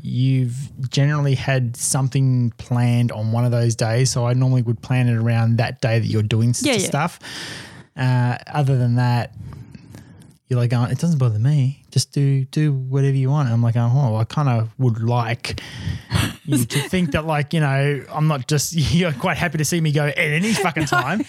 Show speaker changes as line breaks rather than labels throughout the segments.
you've generally had something planned on one of those days. So I normally would plan it around that day that you're doing s-
Yeah, yeah.
stuff. Uh, other than that, you're like, oh, it doesn't bother me. Just do do whatever you want. And I'm like, oh, well, I kind of would like you to think that, like, you know, I'm not just you're quite happy to see me go at any fucking time.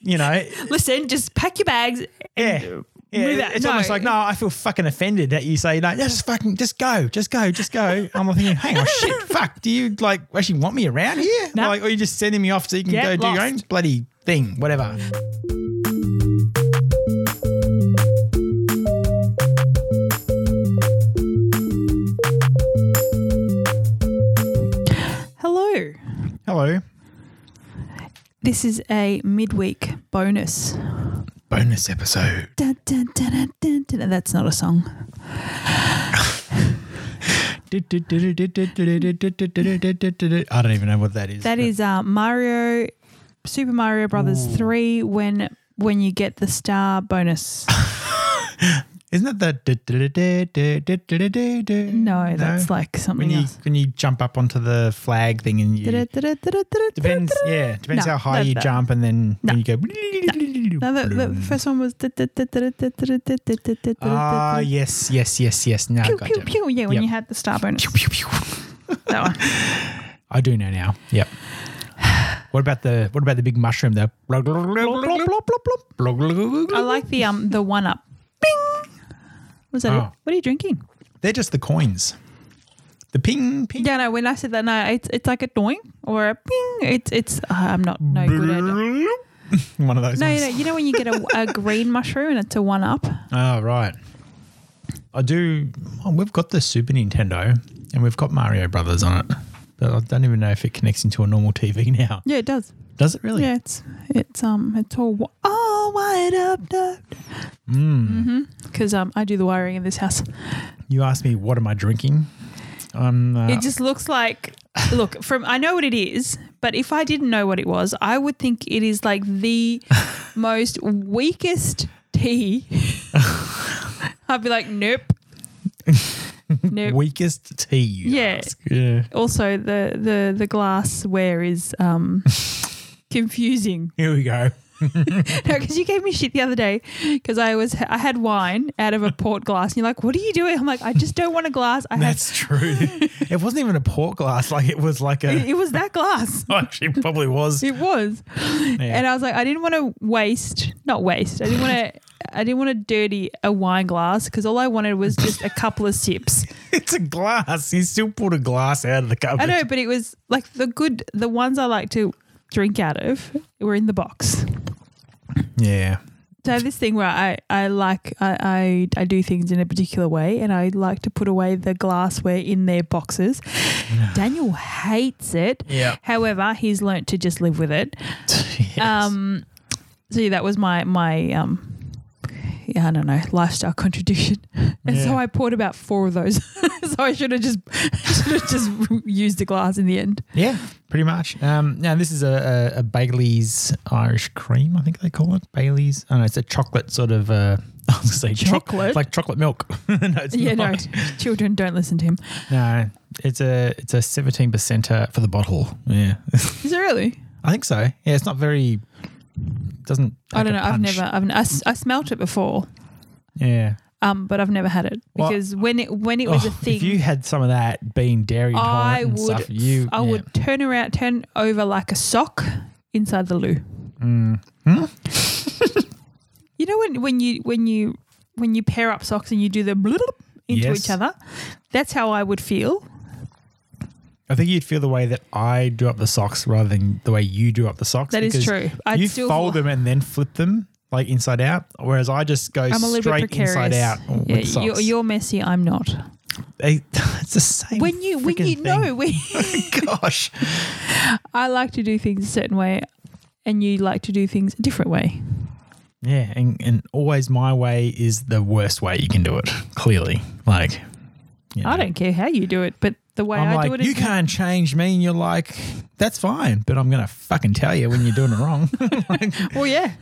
you know,
Listen, just pack your bags.
yeah.
Move
Yeah,
out.
it's
No.
almost like no. I feel fucking offended that you say no. Just fucking, just go, just go, just go. I'm thinking, hang on, shit, fuck. Do you like actually want me around here?
No.
Like, or you just sending me off so you can
Get
go do your
lost.
own bloody thing, whatever.
Hello.
Hello,
This is a midweek bonus.
bonus episode.
Dun, dun, dun, dun, dun, dun. That's not a song.
I don't even know what that is.
That is uh, Mario, Super Mario Brothers three. When when you get the star bonus.
Isn't that the
No, that's like
when
something
you
else.
when you jump up onto the flag thing and you depends yeah depends
No,
how high
that-
you
that-
jump and then
No.
when you go
No, the, the first one was.
ah yes yes yes yes now I
Pew,
got
pew,
you.
pew. Yeah, when
Yep.
you had the star bonus.
Pew, pew, pew.
That one.
I do know now yep what about the what about the big mushroom there
I like the um the one up. Bing. Was that
Oh.
it? What are you drinking?
they're just the coins the ping ping
Yeah, no. When I said that, no, it's it's like a doing or a ping. It's it's. Uh, I'm not no good at. it.
one of those
No,
ones.
no. You know when you get a, a green mushroom and it's a one up.
Oh, right. I do. Oh, we've got the Super Nintendo and we've got Mario Brothers on it. But I don't even know if it connects into a normal TV now.
Yeah, it does.
Does it really?
Yeah, it's it's um it's all wi- all wired up. Because um I do the wiring in this house.
Hmm. You asked me, what am I drinking? Um, uh,
It just looks like look from I know what it is, but if I didn't know what it was, I would think it is like the most weakest tea. I'd be like, nope, nope.
weakest tea. You
Yeah.
ask. Yeah.
also, the the the glassware is um confusing
Here we go.
because you gave me shit the other day because I was I had wine out of a port glass and you're like, what are you doing? I'm like, I just don't want a glass. I had
That's true. it wasn't even a port glass. Like it was like
it,
a. oh,
it was that glass.
Actually, it probably was.
It was. And I was like, I didn't want to waste, not waste. I didn't want to. I didn't want to dirty a wine glass because all I wanted was just a couple of sips.
It's a glass. He still pulled a glass out of the cupboard.
I know, but it was like the good, the ones I like to drink out of were in the box.
Yeah.
So I have this thing where I, I like, I, I, I do things in a particular way and I like to put away the glassware in their boxes. Daniel hates it.
Yeah.
However, he's learnt to just live with it.
Yes.
Um, so yeah, that was my my um, yeah, I don't know, lifestyle contribution. And
Yeah.
so I poured about four of those. so I should have just should have just used a glass in the end.
Yeah, pretty much. Um, now this is a, a, a Bailey's Irish cream, I think they call it Bailey's. I don't know. It's a chocolate sort of. Uh, I was gonna say choc-
Chocolate?
like chocolate milk. no, it's
yeah,
not.
no, children don't listen to him.
No. it's a it's a seventeen percenter for the bottle. Yeah,
Is it really?
I think so. Yeah, it's not very. Doesn't.
I
take
don't
a
know. I've
punch.
never. I've I, s- I smelt it before,
Yeah.
um, but I've never had it
Well,
because when it when it was a
Oh,
thing.
If you had some of that being dairy
I
intolerant and
would,
stuff, you.
I
yeah.
would turn around, turn over like a sock inside the loo.
Mm. Hmm?
you know when when you when you when you pair up socks and you do the bloop into
Yes.
each other, that's how I would feel.
I think you'd feel the way that I do up the socks rather than the way you do up the socks.
That is
because
true. I'd
you
still-
fold them and then flip them like inside out, whereas I just go
I'm a little bit
straight
precarious.
inside out with
yeah,
socks.
You're, you're messy. I'm not.
They- it's the same.
When you when
freaking
you
thing.
know when,
gosh,
I like to do things a certain way, and you like to do things a different way.
yeah, and, and always my way is the worst way you can do it. Clearly, like you
I
know.
don't care how you do it, but the the way
I'm
i
like,
do it.
you
is-
can't change me. And you're like, that's fine. But I'm going to fucking tell you when you're doing it wrong. Like,
Well, yeah,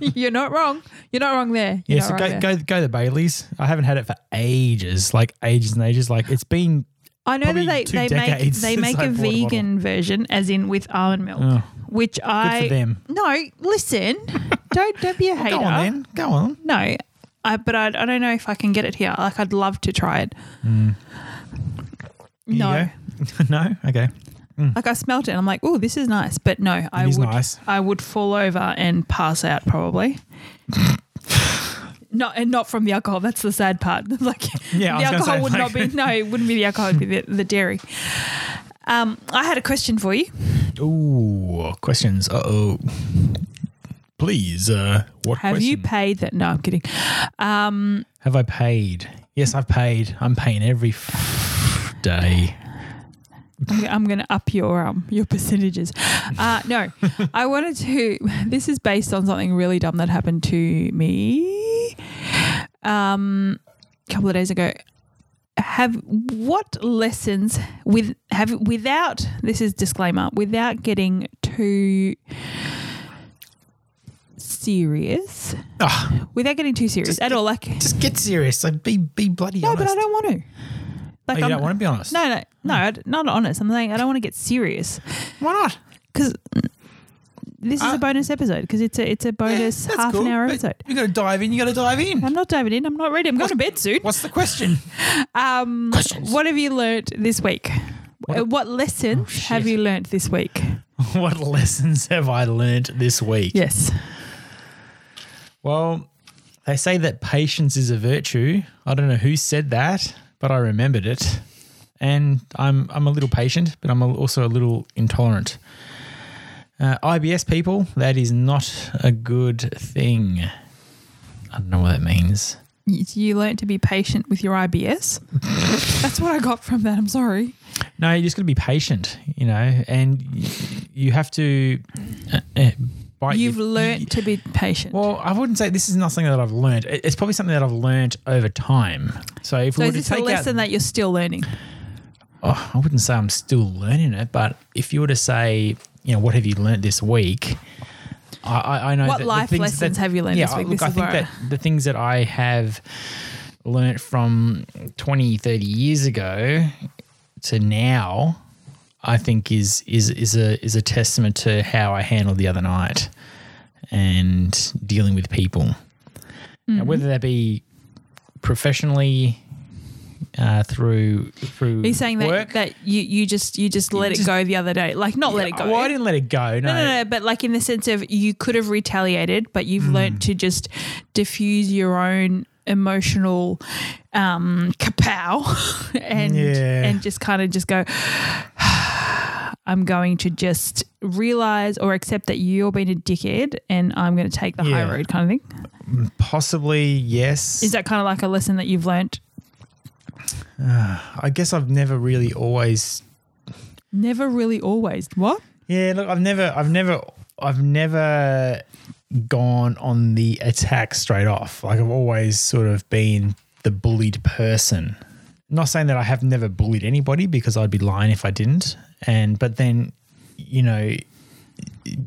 you're not wrong. You're not wrong there. You're
yeah,
not
so go,
wrong there.
go, go to Bailey's. I haven't had it for ages, like ages and ages. Like it's been,
I know
probably
that they,
two
they make
decades
they
since
make
I
a
bought a bottle.
vegan version, as in with almond milk,
oh,
which
good
I
for them.
no listen, don't don't be a hater.
Go on then. Go on.
No, I, but I, I don't know if I can get it here. Like I'd love to try it.
Mm. Here
No,
you go. no? Okay.
like I smelt it and I'm like, oh, this is nice. But no, I
is
would
nice.
I would fall over and pass out probably. not and not from the alcohol. That's the sad part. like
Yeah, I was gonna
the alcohol
say,
would not be
like-
no, it wouldn't be the alcohol, it'd be the, the dairy. Um, I had a question for you.
Ooh, questions. Uh oh. Please, uh, what
Have
question?
you paid that? No, I'm kidding. Um,
Have I paid? Yes, I've paid. I'm paying every f- day.
I'm, go- I'm going to up your um your percentages. Uh, no, I wanted to. This is based on something really dumb that happened to me, um, a couple of days ago. Have what lessons with have without this is disclaimer without getting too serious
Ah,
without getting too serious at all like
just get serious. Like, be be bloody
no
honest.
but I don't want to
Oh,
like
you
I'm-
don't want to be honest.
No, no, no, I d- not honest. I'm saying I don't want to get serious
why not?
because this is
Uh,
a bonus episode because it's a it's a bonus
That's
half
cool,
an hour
but
episode.
You got to dive in. You got to dive in.
I'm not diving in. I'm not ready. I'm going to bed soon.
What's the question?
Um,
Questions.
what have you learnt this week?
What- Oh,
What, what lessons
shit.
have you learnt this week?
what lessons have I learned this week?
Yes.
Well, they say that patience is a virtue. I don't know who said that, but I remembered it. And I'm I'm a little patient, but I'm a- also a little intolerant. Uh, IBS people, that is not a good thing. I don't know what that means.
You, you learnt to be patient with your IBS. That's what I got from that. I'm sorry.
No, you just got to be patient, you know, and y- you have to uh, uh, bite.
You've
your-
learnt to be patient.
Well, I wouldn't say this is not something that I've learned. It- It's probably something that I've learned over time. So if
so
we
is
were to
this a
take out
lesson that you're still learning?
oh, I wouldn't say I'm still learning it, but if you were to say, you know, what have you learnt this week? I, I, I know
What
that the
life
things
lessons
that-
have you learned
yeah,
this week?
Look,
This
I
is
think
where-
that the things that I have learnt from 20, 30 years ago to now, I think is is is a is a testament to how I handled the other night and dealing with people.
Mm-hmm.
Now, whether that be professionally uh, through through
Are you saying that
work,
that you, you just you just let
just-
it go the other day? Like not let it go.
Well, I didn't let it go. No,
No, no, no. But like in the sense of you could have retaliated, but you've learnt
Mm.
to just diffuse your own emotional um, kapow and
Yeah.
and just kind of just go. I'm going to just realize or accept that you're being a dickhead, and I'm going to take the
Yeah.
high road, kind of thing.
Possibly yes.
Is that kind of like a lesson that you've learnt?
I guess I've never really always.
Never really, always. What?
Yeah, look, I've never, I've never, I've never gone on the attack straight off. Like I've always sort of been the bullied person. Not saying that I have never bullied anybody because I'd be lying if I didn't. And but then, you know,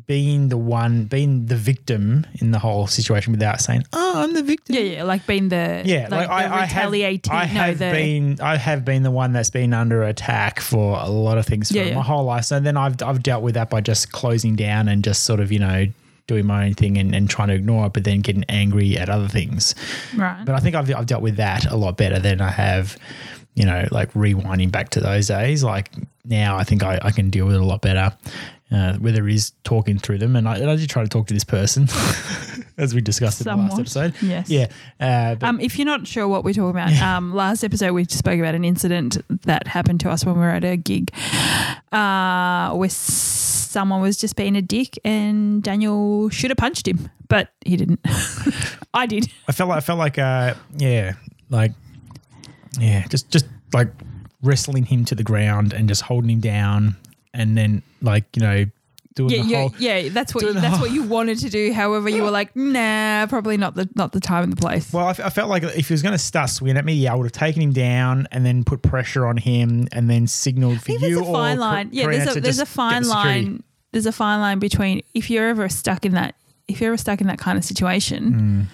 being the one, being the victim in the whole situation without saying, "Oh, I'm the victim."
Yeah, yeah. Like being the
Yeah,
like,
like,
the
I, I have,
retaliating.
I
no,
have
the,
been, I have been the one that's been under attack for a lot of things for
Yeah, yeah.
my whole life. So then I've, I've dealt with that by just closing down and just sort of, you know, doing my own thing and, and trying to ignore it, but then getting angry at other things.
right.
But I think I've, I've dealt with that a lot better than I have, you know, like rewinding back to those days. Like now, I think I, I can deal with it a lot better. Uh, whether it is talking through them, and I, and I did try to talk to this person, as we discussed in the last
Somewhat,
episode.
yes.
Yeah. Uh, but
Um, if you're not sure what we're talking about, um, last episode we spoke about an incident that happened to us when we were at a gig, uh, where someone was just being a dick, and Daniel should have punched him, but he didn't. I did.
I felt like I felt like uh yeah, like yeah, just just like wrestling him to the ground and just holding him down and then like, you know, doing
Yeah,
the
yeah,
whole.
yeah. That's what
doing
you,
the
that's
whole-
what you wanted to do. However, you were like, nah, probably not the not the time and the place.
Well, I, f- I felt like if he was going to start swinging at me, yeah, I would have taken him down and then put pressure on him and then signaled for
I think
you.
there's a
or
fine
Kar-
line. Yeah,
Karina
there's
to
a there's
just
a
get the
fine
security.
line. There's a fine line between if you're ever stuck in that if you're ever stuck in that kind of
Hmm.
situation.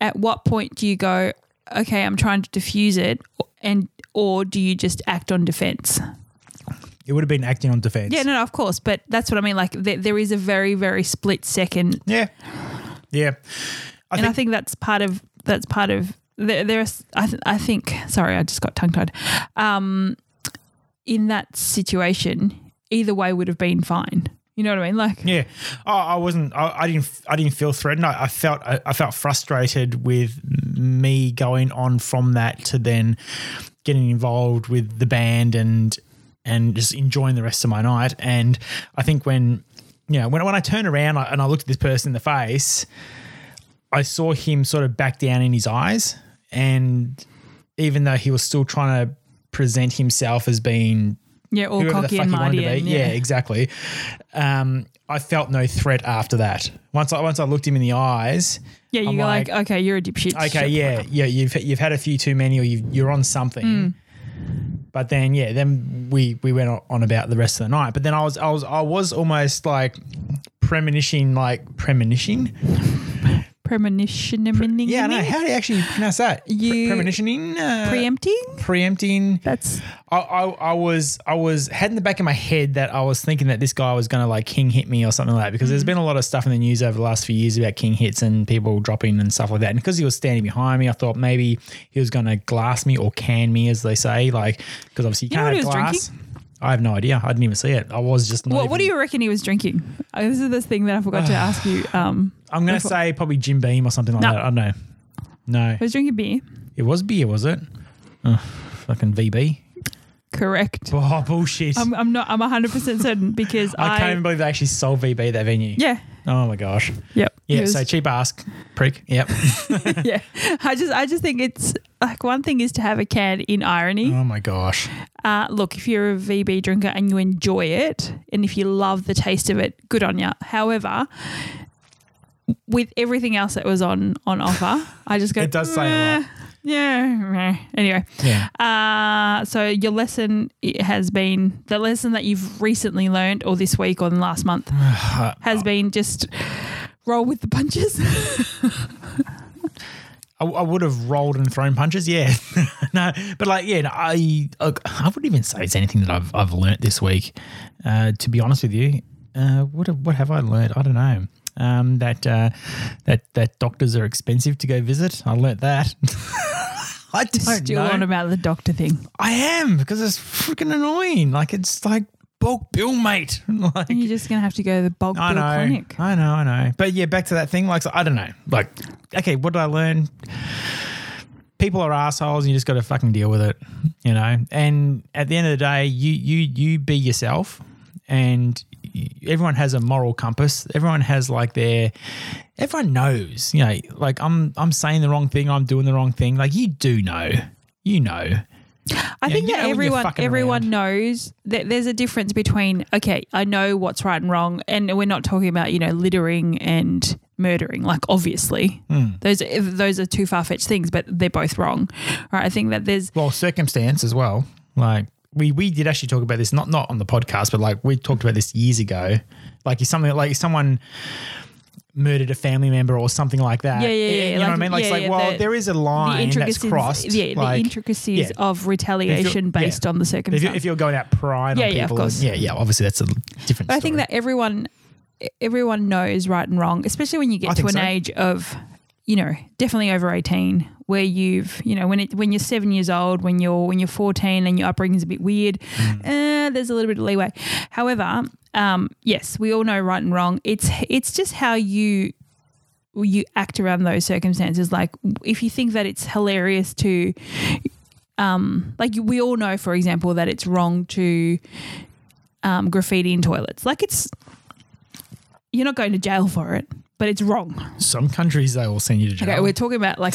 At what point do you go? Okay, I'm trying to diffuse it, and or do you just act on defense?
It would have been acting on defense.
Yeah, no, no, of course, but that's what I mean. Like th- there is a very very split second
Yeah. Yeah. I
and I think that's part of that's part of there. There's I, th- I think sorry, I just got tongue tied. Um, in that situation, either way would have been fine. You know what I mean? Like
Yeah, oh, I wasn't. I, I didn't. I didn't feel threatened. I, I felt. I, I felt frustrated with me going on from that to then getting involved with the band and and just enjoying the rest of my night. And I think when you know when when I turned around I- and I looked at this person in the face, I saw him sort of back down in his eyes, and even though he was still trying to present himself as being
yeah, all
whoever the
cocky
fuck
and
he wanted
mighty.
to be.
And,
Yeah, exactly. Um, I felt no threat after that. Once I once I looked him in the eyes.
yeah. You're
I'm
like, okay, you're a dipshit. Shut
Okay,
the
yeah,
fuck
yeah, you've you've had a few too many, or you've, you're on something.
Mm.
But then, yeah, then we we went on about the rest of the night. But then I was I was I was almost like premonition, like premonition.
up. premonition.
Yeah, no. How do you actually pronounce that? Pre-
You-
premonitioning, uh,
preempting.
preempting.
That's
I, I, I was I was had in the back of my head that I was thinking that this guy was going to like king hit me or something like that because
Mm-hmm.
there's been a lot of stuff in the news over the last few years about king hits and people dropping and stuff like that and because he was standing behind me I thought maybe he was going to glass me or can me as they say like because obviously you,
You know
can't
what
have
he was
glass. I have no idea. I didn't even see it. I was just not
what. What do
even-
you reckon he was drinking? Uh, This is this thing that I forgot to ask you. Um,
I'm going to
before-
say probably Jim Beam or something like
No.
that. I don't know. No,
he was drinking beer.
it was beer, was it? Ugh, fucking VB.
Correct.
Oh bullshit!
I'm, I'm not. I'm 100 percent certain because Um, I.
I can't even believe they actually sold VB at that venue.
yeah.
Oh my gosh.
Yep.
Yeah,
He was-
so cheap ask, prick. Yep.
yeah. I just I just think it's like one thing is to have a can in irony.
oh my gosh.
Uh, look, if you're a VB drinker and you enjoy it, and if you love the taste of it, good on you. However, with everything else that was on on offer, I just go.
It does say a lot.
"Meh, Yeah. meh." Anyway,
Yeah.
uh, so your lesson it has been the lesson that you've recently learned, or this week, or last month,
Uh,
has been just roll with the punches.
I, I would have rolled and thrown punches. Yeah. no, but like, yeah, no, I, I I wouldn't even say it's anything that I've, I've learnt this week. Uh, to be honest with you, uh, what, have, what have I learnt? I don't know. Um, that uh, that that doctors are expensive to go visit. I learnt that. I don't
Still
know.
on about the doctor thing.
I am because it's freaking annoying. Like it's like bulk bill, mate. like
You're just gonna have to go to the bulk
I
bill
know,
clinic.
I know, I know. But yeah, back to that thing. Like, so I don't know. Like, okay, what did I learn? People are assholes, and you just got to fucking deal with it, you know. And at the end of the day, you you you be yourself, and y- everyone has a moral compass. Everyone has like their. Everyone knows, you know. Like I'm I'm saying the wrong thing. I'm doing the wrong thing. Like you do know, you know.
I think
you know when
that
you're
everyone
fucking
everyone
around.
knows that there's a difference between okay, I know what's right and wrong, and we're not talking about you know littering and murdering. Like obviously,
Hmm.
those are, those are two far fetched things, but they're both wrong. Right? I think that there's
well circumstance as well like we we did actually talk about this not not on the podcast but like we talked about this years ago like if something like if someone murdered a family member or something like that
Yeah, yeah, yeah,
you know what i
like-
mean like
yeah,
it's
yeah,
like well
the-
there is a
the
line that's
intricacies,
crossed
yeah, the
like,
intricacies
yeah.
of retaliation based
yeah.
on the
if,
circumstance.
you, if you're going out prying
Yeah,
on
yeah, of
people
course.
yeah yeah obviously that's a different
But I
story.
think that everyone everyone knows right and wrong, especially when you
I
get to
think
an
so.
age of, you know, definitely over eighteen, where you've, you know, when it when you're seven years old, when you're when you're fourteen, and your upbringing's a bit weird,
Mm.
eh, there's a little bit of leeway. However, um, yes, we all know right and wrong. It's it's just how you you act around those circumstances. Like if you think that it's hilarious to, um, like we all know, for example, that it's wrong to um, graffiti in toilets. Like it's you're not going to jail for it, but it's wrong.
some countries they will send you to
Okay,
jail
we're talking about like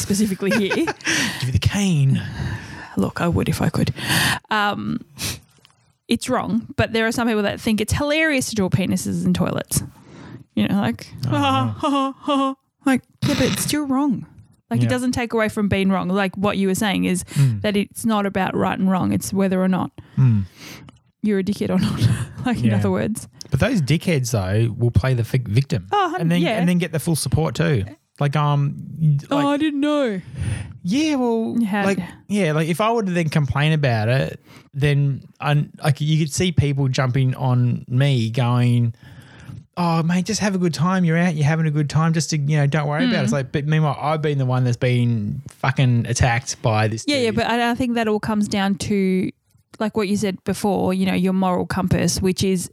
specifically here.
give you the cane
Look, I would if I could. Um, it's wrong, but there are some people that think it's hilarious to draw penises in toilets. You know, like,
Oh,
ha, ha, ha, ha. like, yeah, but it's still wrong. Like,
Yeah.
it doesn't take away from being wrong. Like, what you were saying is
Hmm.
that it's not about right and wrong, it's whether or not
Mm.
you're a dickhead or not. like, in
Yeah.
other words,
But those dickheads though will play the vic- victim,
Oh, hun-
and then
yeah.
and then get the full support too. Like um, like,
oh, I didn't know.
yeah, well,
Yeah.
like yeah, like if I were to then complain about it, then I like you could see people jumping on me going. Oh mate, just have a good time. You're out. You're having a good time. Just to you know, don't worry about it. It's
Hmm.
like, but meanwhile, I've been the one that's been fucking attacked by this.
Yeah, yeah,
dude.
but I, I think that all comes down to like what you said before, you know, your moral compass, which is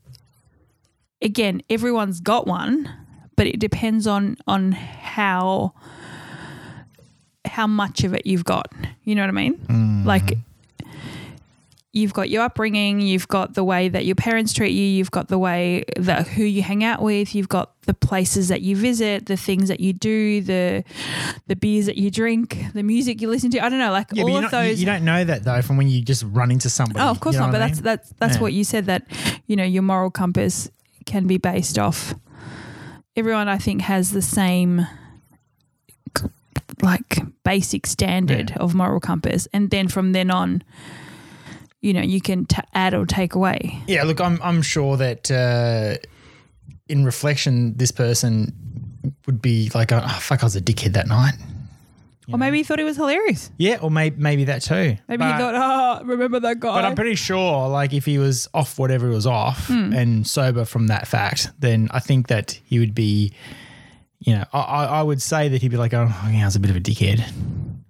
again, everyone's got one, but it depends on on how how much of it you've got. You know what I mean?
Hmm. Mm-hmm.
Like you've got your upbringing, you've got the way that your parents treat you, you've got the way that who you hang out with, you've got the places that you visit, the things that you do, the the beers that you drink, the music you listen to. I don't know, like
Yeah, but
all
you
of
don't- you-
those.
You don't know that though from when you just run into somebody.
oh, of course
You know
not.
what
But
I
that's
mean?
that's that's
Yeah.
what you said that you know your moral compass can be based off. Everyone, I think, has the same like basic standard of moral compass, and then from then on, you know, you can t- add or take away.
Yeah, look, I'm I'm sure that uh, in reflection, this person would be like, oh, fuck, I was a dickhead that night.
Or maybe he thought it was hilarious.
Yeah, or maybe maybe that too.
Maybe
but,
he thought, oh, remember that guy.
But I'm pretty sure, like, if he was off whatever he was off
Hmm.
and sober from that fact, then I think that he would be, you know, I, I, I would say that he'd be like, oh, yeah, I was a bit of a dickhead.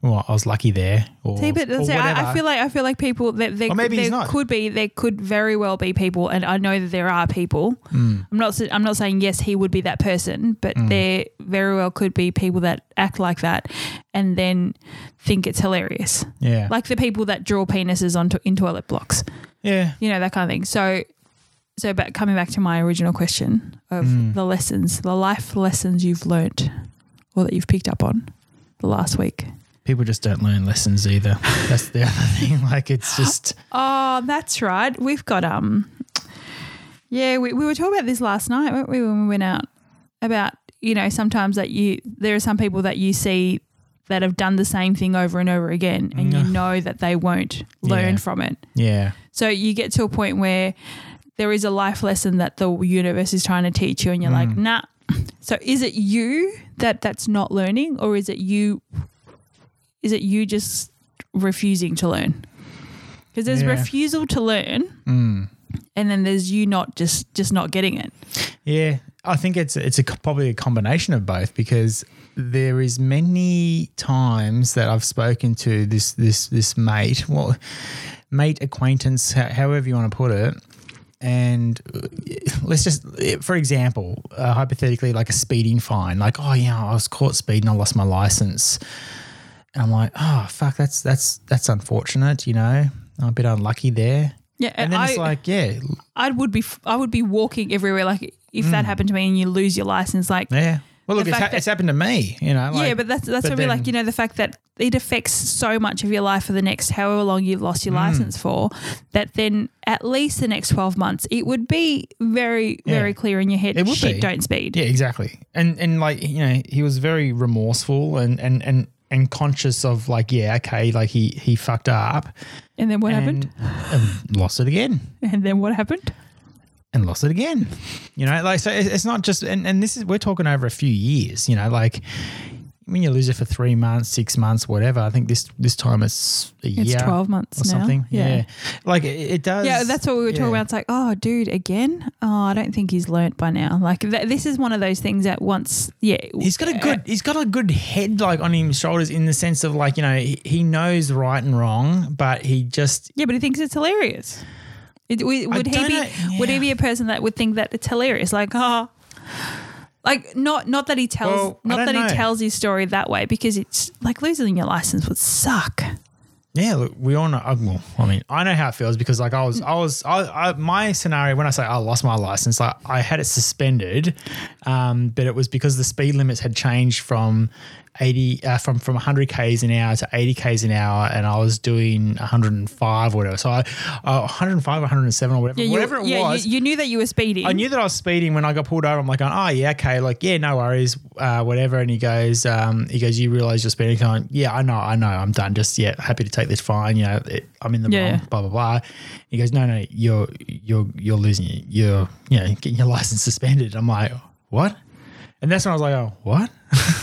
Well, I was lucky there. Or,
See, but
or
see, I, I
whatever.
feel like I feel like people that there,
Or maybe
there
he's not.
could be there could very well be people, and I know that there are people.
Hmm.
I'm not sa- I'm not saying yes he would be that person, but there very well could be people that act like that, and then think it's hilarious,
yeah,
like the people that draw penises on to, in toilet blocks,
yeah,
you know that kind of thing. So, so but coming back to my original question of
Hmm.
the lessons, the life lessons you've learnt or that you've picked up on the last week.
people just don't learn lessons either. That's the other thing. Like, it's just.
Oh, that's right. We've got um Yeah, we, we were talking about this last night, weren't we, when we went out about, you know, sometimes that you there are some people that you see that have done the same thing over and over again and you know that they won't learn
Yeah.
from it.
Yeah.
So you get to a point where there is a life lesson that the universe is trying to teach you and you're
Mm.
like, "Nah." So is it you that that's not learning or is it you is it you just refusing to learn? Because there's
Yeah.
refusal to learn
Hmm.
and then there's you not just just not getting it.
Yeah. I think it's it's a, probably a combination of both because there is many times that I've spoken to this this this mate, well, mate acquaintance, ho- however you want to put it, and uh, let's just for example, uh, hypothetically, like a speeding fine, like oh yeah, I was caught speeding, I lost my license, and I'm like oh fuck, that's that's that's unfortunate, you know, I'm a bit unlucky there,
Yeah,
and then
I,
it's like yeah,
I would be f- I would be walking everywhere like if
Mm.
that happened to me and you lose your license like
yeah. Well, look,
The
it's,
fact
ha-
that-
it's happened to me, you know. Like,
yeah, but that's that's
but
what we like.
then-
You know, the fact that it affects so much of your life for the next however long you lost
Mm.
your license for, that then at least the next twelve months, it would be very very clear in your head.
It would
Shit,
be.
don't speed.
Yeah, exactly. And and like you know, he was very remorseful and and and and conscious of like, yeah, okay, like he he fucked up
And then what
and,
happened?
and lost it again
And then what happened?
and lost it again. You know, like so it- it's not just and and this is we're talking over a few years. You know, like. When you lose it for three months, six months, whatever, I think this this time it's a
It's
year
twelve months
or
now.
something. Yeah.
yeah.
like it, it does.
Yeah, that's what we were talking
yeah.
about. It's like, oh, dude, again. Oh, I don't think he's learnt by now. Like, th- this is one of those things that once, yeah,
He's got a good he's got a good head like on his shoulders in the sense of like, you know, he, he knows right and wrong, but he just
Yeah, but he thinks it's hilarious. It, w- would he
don't
be?
know-
Would he
yeah.
be a person that would think that it's hilarious? Like, ah, like not not that he tells
Well, I
not
don't
that
know.
he tells his story that way because it's like losing your license would suck.
Yeah, look, we all know uh, well, I mean, I know how it feels because like I was I was I, I my scenario when I say I lost my license, like I had it suspended. Um, but it was because the speed limits had changed from 80 uh, from from 100 k's an hour to 80 k's an hour, and I was doing 105 or whatever. So I uh, 105, 107 or whatever,
you,
whatever it
yeah,
was.
You, you knew that you were speeding.
I knew that I was speeding when I got pulled over. I'm like, oh yeah, okay, like yeah, no worries, uh, whatever. And he goes, um, he goes, you realize you're speeding? Going, yeah, I know, I know, I'm done. Just yeah, happy to take this fine. You know, it, I'm in the
Yeah.
wrong. Blah blah blah. He goes, no, no, you're you're you're losing it. You're you know getting your license suspended. I'm like, what? And that's when I was like, oh, what?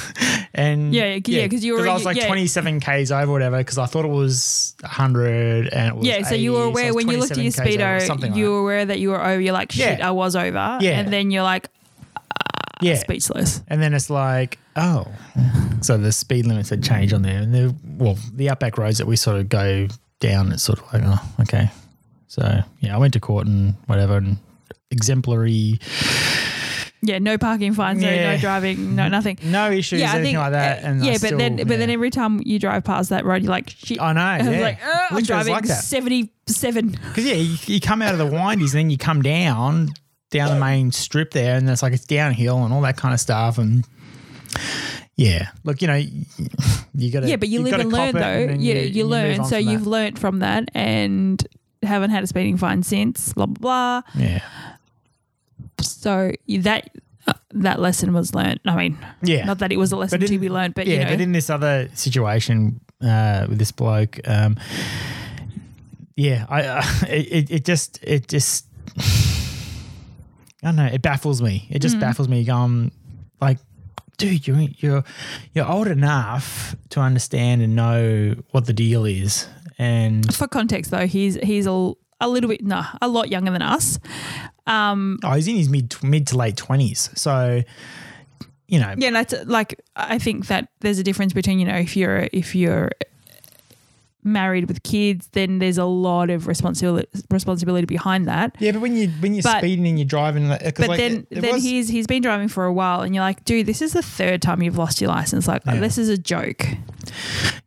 and
Yeah, yeah, 'cause- yeah, 'cause you were-
I was like
yeah.
27 k's over, whatever, because I thought it was 100 and it was
yeah, so you were
80, so I
aware
was
when you looked at your
27 k's over,
speedo,
something like
you
that.
were aware that you were over. You're like, shit,
Yeah.
I was over.
Yeah.
And then you're like,
yeah.
speechless.
And then it's like, oh, so the speed limits had changed on there, and the well, the outback roads that we sort of go down, it's sort of like, oh, okay. So yeah, I went to court and whatever, and exemplary,
Yeah, no parking fines, no- no,
Yeah.
driving, no nothing.
no issues,
yeah,
anything like that.
uh,
And I
yeah, but
still-
then but then
yeah.
every time you drive past that road, you're like, shit.
I know,
I was
yeah.
like, "Uh, I'm
Literally, it's
driving
like that.
seventy-seven.
Because yeah, you, you come out of the windies and then you come down down the main strip there, and it's like it's downhill and all that kind of stuff. And yeah, look, you know, you got to
Yeah, but you, live and learn though. Yeah, you, learn. So you've learned from that and haven't had a speeding fine since. Blah blah blah.
yeah,
So you- that uh, that lesson was learned. I mean,
yeah.
not that it was a lesson to
in-
be learned, but
yeah,
you know,
but in this other situation uh, with this bloke, um, yeah, I uh, it, it just it just I don't know. It baffles me. It
Mm.
just baffles me. Um, like, dude, you're you're you're old enough to understand and know what the deal is, and
for context though, he's he's a, l- a little bit nah, a lot younger than us. Um,
oh, he's in his mid mid to late twenties, so you know,
yeah, that's uh, like I think that there's a difference between you know if you're if you're married with kids, then there's a lot of responsibility responsibility behind that.
yeah. But when you when you're
But-
speeding and you're driving, like, 'cause,
But
like,
then,
it- it
then
was-
he's he's been driving for a while, and you're like, dude, this is the third time you've lost your license. Like,
Yeah.
this is a joke.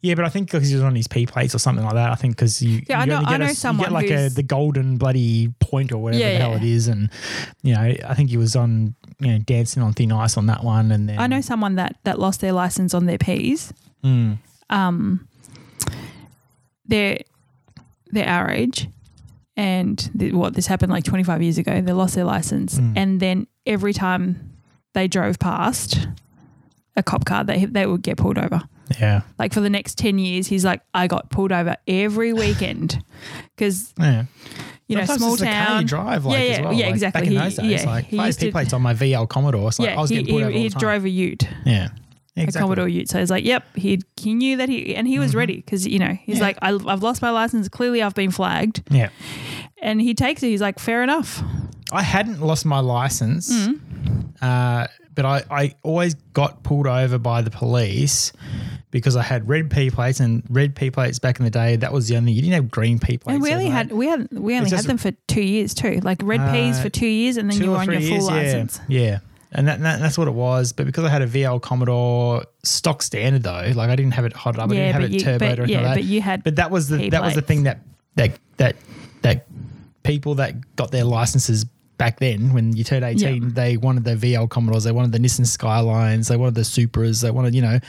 Yeah, but I think because he was on his P plates or something like that. I think because you,
Yeah, I
you
know-
only
I
get
know
a- you
someone
get like a,
who's-
the golden bloody point or whatever
Yeah,
the hell
yeah.
it is, and you know, I think he was on you know dancing on thin ice on that one, and then
I know someone that that lost their license on their P's.
Mm.
Um, they're they're our age, and th- what this happened like 25 years ago. They lost their license,
Mm.
and then every time they drove past a cop car, they they would get pulled over.
yeah,
Like for the next 10 years, he's like, I got pulled over every weekend because
yeah.
you know
Sometimes
small
it's the
town.
car you drive like
yeah, yeah,
as well.
yeah,
like,
exactly.
Back in
He-
those days,
yeah,
like
he
if I had
used
P
to-
plates on my VL Commodore, it's like I was
he,
getting pulled
he,
over all
he
the time.
drove a Ute.
yeah,
a
exactly. Mm-hmm.
Commodore Ute. So he's like, yep, he he knew that he and he was ready because you know he's
Yeah.
like, I, I've lost my license. Clearly, I've been flagged,
Yeah,
and he takes it. He's like, fair enough.
I hadn't lost my license,
Mm.
uh, but I, I always got pulled over by the police because I had red P plates and red P plates back in the day. That was the only you didn't have green P plates.
And we
then,
only
right?
had we had we only had
just-
them for two years too, like red peas
Uh,
for two years, and then you were on your full license.
Yeah, Oh, yeah. And, that, that- that's what it was. But because I had a VL Commodore stock standard though, like I didn't have it hot up, I
Yeah,
didn't have
but
it
you-
turbo
but-
or anything
yeah,
like that.
but you had
But that was the
P
that was the
plates.
thing that that that that people that got their licenses back then when you turned 18
Yeah.
they wanted the VL Commodores they wanted the Nissan Skylines they wanted the Supras they wanted you know
I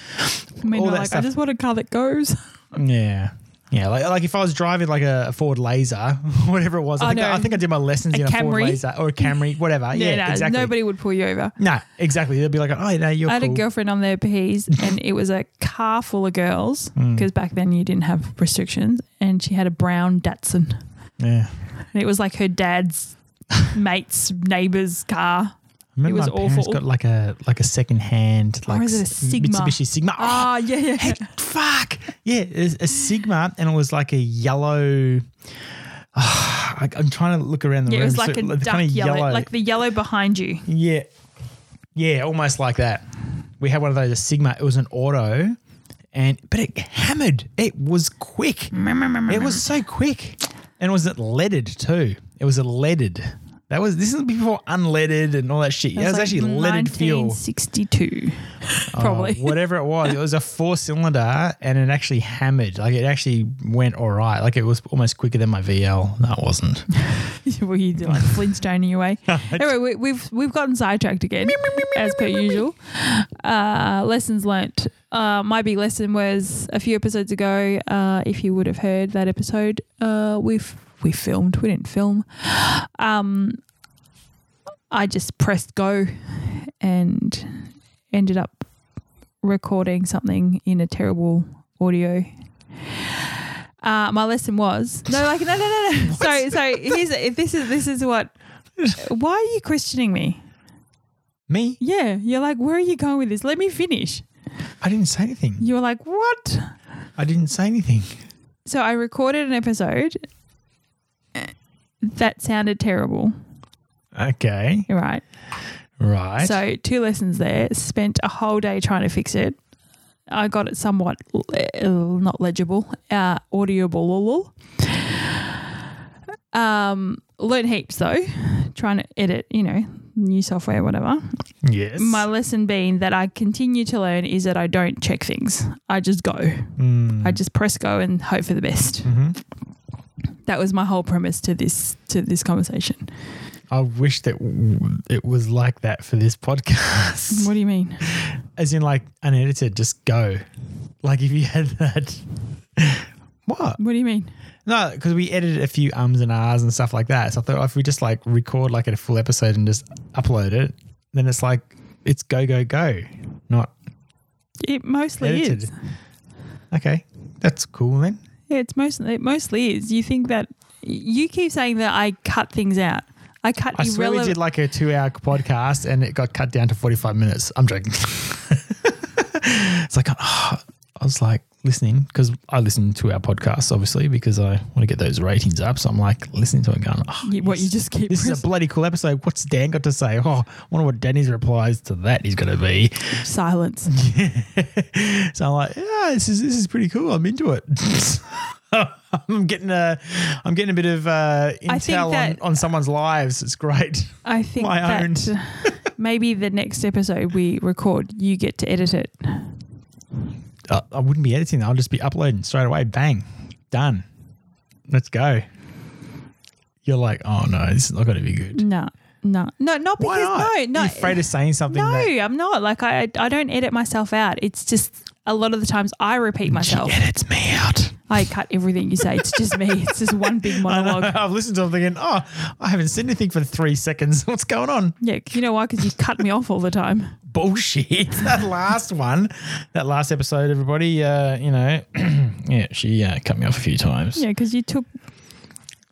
mean,
all that
they're like, I
stuff Uh,
just want a car that goes.
yeah yeah like, like if I was driving like a, a Ford Laser whatever it was I,
Oh,
think I,
no.
I think I did my lessons
A
in a Ford
Camry.
Laser or a Camry whatever yeah,
no,
exactly
nobody would pull you over.
no, exactly. They'll be like, oh, no, you're
I had
cool.
a girlfriend on their P's, and it was a car full of girls
Mm.
because back then you didn't have restrictions, and she had a brown Datsun.
Yeah.
And it was like her dad's mate's neighbour's car.
I remember
was
my parents
awful.
got like a like a second hand like
is it a
s-
Sigma?
Mitsubishi Sigma. Oh,
Ah, yeah, yeah.
fuck. Yeah, it's a Sigma and it was like a yellow ah, I, am trying to look around the
Yeah,
room.
it was like
so-
a
it's
dark
kinda
yellow, like the yellow behind you.
yeah. Yeah, almost like that. We had one of those a Sigma. It was an auto and but it hammered. It was quick. It was so quick, and it was it leaded too. It was a leaded. That was this is before unleaded and all that shit. Yeah, it was actually leaded fuel,
1962, probably.
Uh, whatever it was. It was a four cylinder, and it actually hammered. Like it actually went all right. Like it was almost quicker than my VL. No, it wasnone
Were you like Flintstone your way? anyway, we, we've we've gotten sidetracked again, as per usual. Uh, lessons learnt. uh, my big lesson was a few episodes ago. Uh, if you would have heard that episode, uh, we f- we filmed. We didn't film. Um, I just pressed go and ended up recording something in a terrible audio. Uh, my lesson was no, like no, no, no, no. so, so here's this is this is what. Why are you questioning me?
Me?
Yeah, you're like, where are you going with this? Let me finish.
I didn't say anything.
You're like, what?
I didn't say anything.
So I recorded an episode that sounded terrible,
Okay.
right?
Right.
So two lessons there. Spent a whole day trying to fix it. I got it somewhat le- not legible, uh, audible. Um, learned heaps though, trying to edit. You know, new software, whatever.
yes.
My lesson being that I continue to learn is that I don't check things. I just go.
Mm.
I just press go and hope for the best.
Mhm.
That was my whole premise to this to this conversation.
I wish that w- it was like that for this podcast.
What do you mean?
As in, like, unedited, just go. Like, if you had that. what?
What do you mean?
No, because we edited a few ums and ahs and stuff like that. So I thought if we just like record like a full episode and just upload it, then it's like it's go go go, not
It mostly
edited.
is.
Okay, that's cool then.
Yeah, it's mostly it mostly is. You think that you keep saying that I cut things out. I cut
I swear we
irrelevant.
did like a two-hour podcast and it got cut down to forty-five minutes. I'm joking. it's like ah, I was like listening because I listen to our podcasts obviously because I want to get those ratings up. So I'm like listening to it, going, oh,
You- what you just keep.
This is a
pressing.
bloody cool episode. What's Dan got to say? Oh, I wonder what Danny's replies to that is going to be.
silence.
so I'm like, yeah, this is this is pretty cool. I'm into it. I'm getting a, I'm getting a bit of uh,
I think
intel on,
that-
on someone's lives. It's great.
I think
My
that
own.
maybe the next episode we record, you get to edit it.
Uh, I wouldn't be editing. I'll just be uploading straight away. Bang, done. Let's go. You're like, oh no, this is not going to be good.
No, no, no, not
Why
because
not?
no, no.
You're afraid of saying something.
No,
that,
I'm not. Like I, I don't edit myself out. It's just a lot of the times I repeat
she
myself.
edits me out.
I cut everything you say. It's just me. It's just one big monologue.
I've listened to them thinking, oh, I haven't said anything for three seconds. What's going on?
Yeah, you know why? Because you cut me off all the time.
bullshit. That last one, that last episode, everybody, uh, you know, yeah, she uh, cut me off a few times.
Yeah, because you took.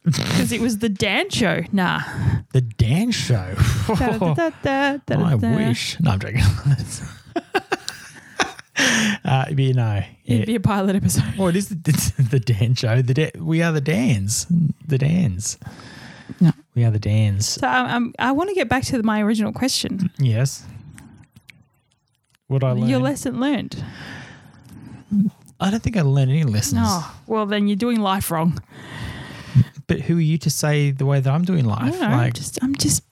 Because it was the Dan show. Nah.
The dance show.
Da, da, da, da, da,
I
da.
Oh, wish. No, I'm joking. uh, it'd be no.
It'd
Yeah.
be a pilot episode.
Well, it is the, it's the Dan show. The da- we are the Dans. The Dans.
No.
We are the Dans.
So um, um, I want to get back to my original question.
Yes. What I learn?
Your lesson learned.
I don't think I learned any lessons.
No. Oh, Well, then you're doing life wrong.
But who are you to say the way that I'm doing
I
life?
don't know. I'm just, I'm just.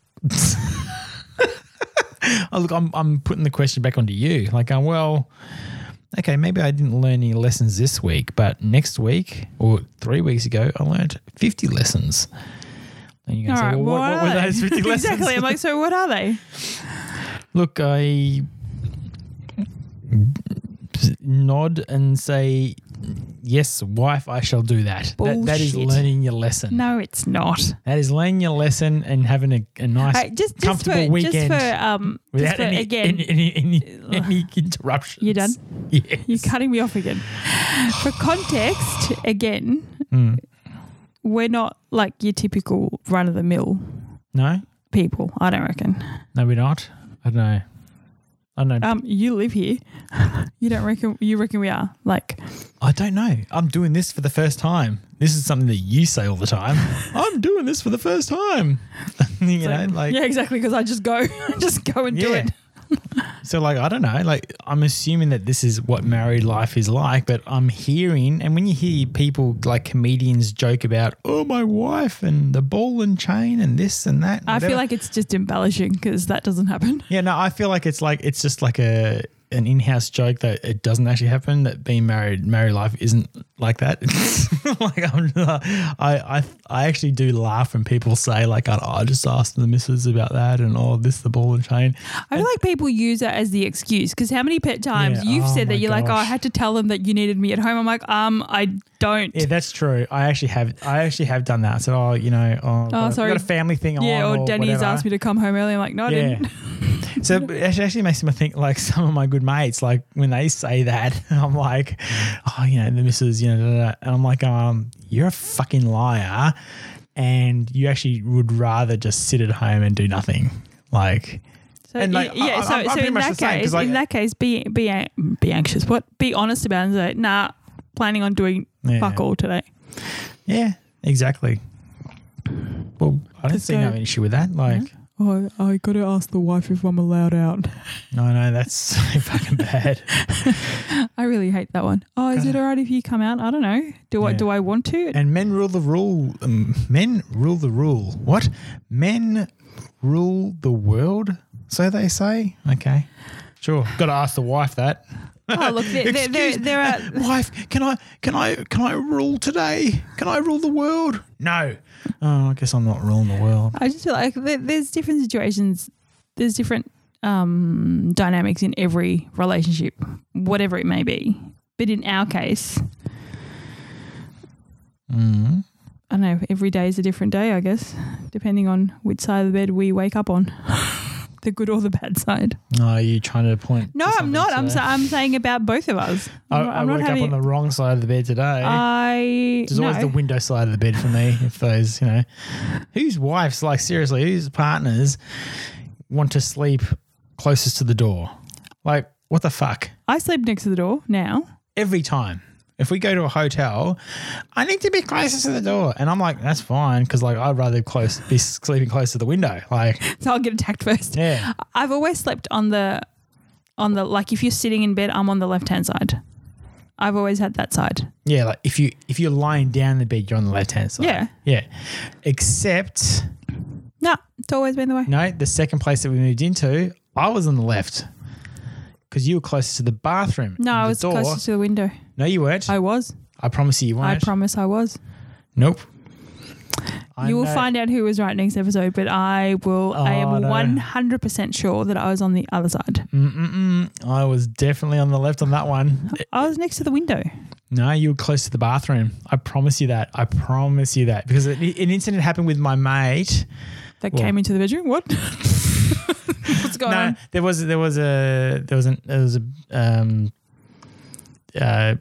oh, look, I'm, I'm putting the question back onto you. Like, uh, well, okay, maybe I didn't learn any lessons this week, but next week or three weeks ago, I learned 50 lessons. And you're going
All
to say,
right.
well, what,
what
what
are
were
they?
those 50 lessons?
exactly. I'm like, so what are they?
Look, I nod and say, yes, wife, I shall do that. That, that is
Bullshit.
learning your lesson.
No, it's not.
That is learning your lesson and having a, a nice,
All right, just, just
comfortable
for,
weekend.
just for, um, just
Without
for
any,
again, uh,
any, any, any, any interruptions.
You done?
Yes.
You're cutting me off again. For context, again,
Hmm.
we're not like your typical run of the mill
No,
people, I don't reckon.
no, we're not. I don't know. I don't know.
Um, you live here. You don't reckon you reckon we are. Like
I don't know. I'm doing this for the first time. This is something that you say all the time. I'm doing this for the first time. you know, like
Yeah, exactly, because I just go just go and do
Yeah.
it.
so like I don't know. Like I'm assuming that this is what married life is like, but I'm hearing and when you hear people like comedians joke about, oh my wife and the ball and chain and this and that. and
I
whatever.
feel like it's just embellishing because that doesn't happen.
Yeah, no, I feel like it's like it's just like a an in-house joke that it doesn't actually happen. That being married, married life isn't like that. like I'm, not- I, I, I actually do laugh when people say like, "Oh, I just asked the missus about that and all this, the ball and chain."
I feel like people use that as the excuse because how many pet times
Yeah,
you've
oh
said
my
that you're like, oh, I
gosh.
had to tell them that you needed me at home. I'm like, um, I don't.
Yeah, that's true. I actually have, I actually have done that. So, oh, you know, oh, I've got- I've
sorry.
got a family thing
Yeah,
on.
or Denny's
whatever.
asked me to come home early. I'm like, no, I
Yeah.
didn't.
so it actually makes me think like some of my good mates, like when they say that, I'm like, oh, you know, the missus, you know, da, da, da. and I'm like, um, you're a fucking liar. And you actually would rather just sit at home and do nothing. Like,
So
And, like,
yeah, yeah,
I-
so,
I'm- I'm
so
pretty
in
much
that
the same, 'cause,
case,
like-
in that case, be be an- be anxious. What? Be honest about it. And say, nah, planning on doing
Yeah.
fuck all today.
yeah, exactly. Well, I don't
Just
see no
go-
issue with that. Like,
Oh, I gotta ask the wife if I'm allowed out.
no, no, that's so fucking bad.
I really hate that one. Oh, is it alright if you come out? I don't know. Do I
Yeah.
do I want to?
And men rule the rule. Um, men rule the rule. What? Men rule the world, so they say. Okay. Sure. Got to ask the wife that.
oh, look, there, there, there,
Excuse-
there are.
Wife, can I can I can I rule today? Can I rule the world? No. Oh, I guess I'm not ruling the world.
I just feel like there, there's different situations. There's different um, dynamics in every relationship, whatever it may be. But in our case,
Mm.
I don't know, every day is a different day, I guess, depending on which side of the bed we wake up on. the good or the bad side.
Oh, are you trying to point?
No,
to
I'm
something
not. I'm,
today?
sa- I'm saying about both of us.
I,
I'm not-
I
I'm not
woke up
having- Oh,
on the wrong side of the bed today.
I
Eh? There's always
no.
the window side of the bed for me. If those, you know, whose wives, like seriously, whose partners want to sleep closest to the door? Like, what the fuck?
I sleep next to the door now.
Every time. If we go to a hotel, I need to be closest to the door, and I'm like, that's fine, because like I'd rather close be sleeping close to the window. Like,
So I'll get attacked first.
yeah,
I've always slept on the on the like if you're sitting in bed, I'm on the left hand side. I've always had that side.
yeah. Like if you if you're lying down in the bed, you're on the left hand side.
Yeah.
yeah. Except
No, it's always been the way.
No, the second place that we moved into, I was on the left because you were closest to the bathroom.
No,
and
I
the
was
door.
closer to the window.
No, you weren't. I,
I was.
promise you, you
I
weren't.
promise I was.
nope. I
you will
know-
find out who was right next episode, but I will. I
Oh,
am
no.
one hundred percent sure that I was on the other side.
Mm-mm-mm. I was definitely on the left on that one.
I was next to the window.
No, you were close to the bathroom. I promise you that. I promise you that because an an incident happened with my mate.
That
Well-
came into the bedroom. What? What's going
no,
on?
there was there was a there was an there was a um uh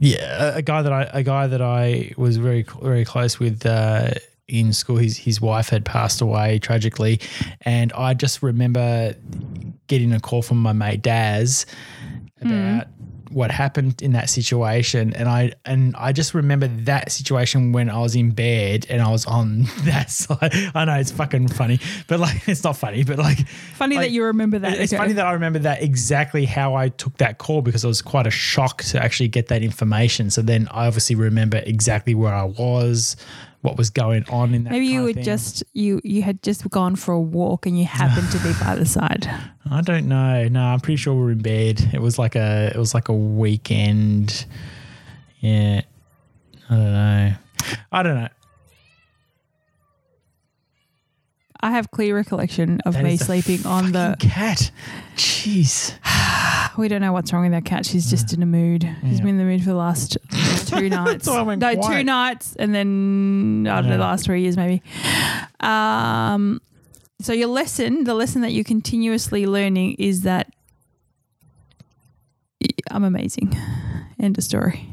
yeah a, a guy that I a guy that I was very cl- very close with uh in school his his wife had passed away tragically and I just remember getting a call from my mate Daz
Hmm.
about what happened in that situation and I and I just remember that situation when I was in bed and I was on that side I know it's fucking funny but like it's not funny but like
Funny
like-
that you remember that.
it's
okay.
funny that I remember that exactly how I took that call because it was quite a shock to actually get that information. So then I obviously remember exactly where I was, what was going on in that.
Maybe
kind
you
of
were
thing.
just you you had just gone for a walk and you happened to be by the side.
I don't know. No, I'm pretty sure we were in bed. It was like a. It was like a weekend. Yeah. I don't know. I don't know.
I have clear recollection of
That
me
is the
sleeping on the.
Fucking cat. Jeez.
We don't know what's wrong with that cat. She's just in a mood. She's
Yeah.
been in the mood for the last two nights.
why I went
no, two
quiet.
nights, and then I don't know,
Yeah.
the last three years maybe. Um, so your lesson, the lesson that you're continuously learning, is that I'm amazing. End of story.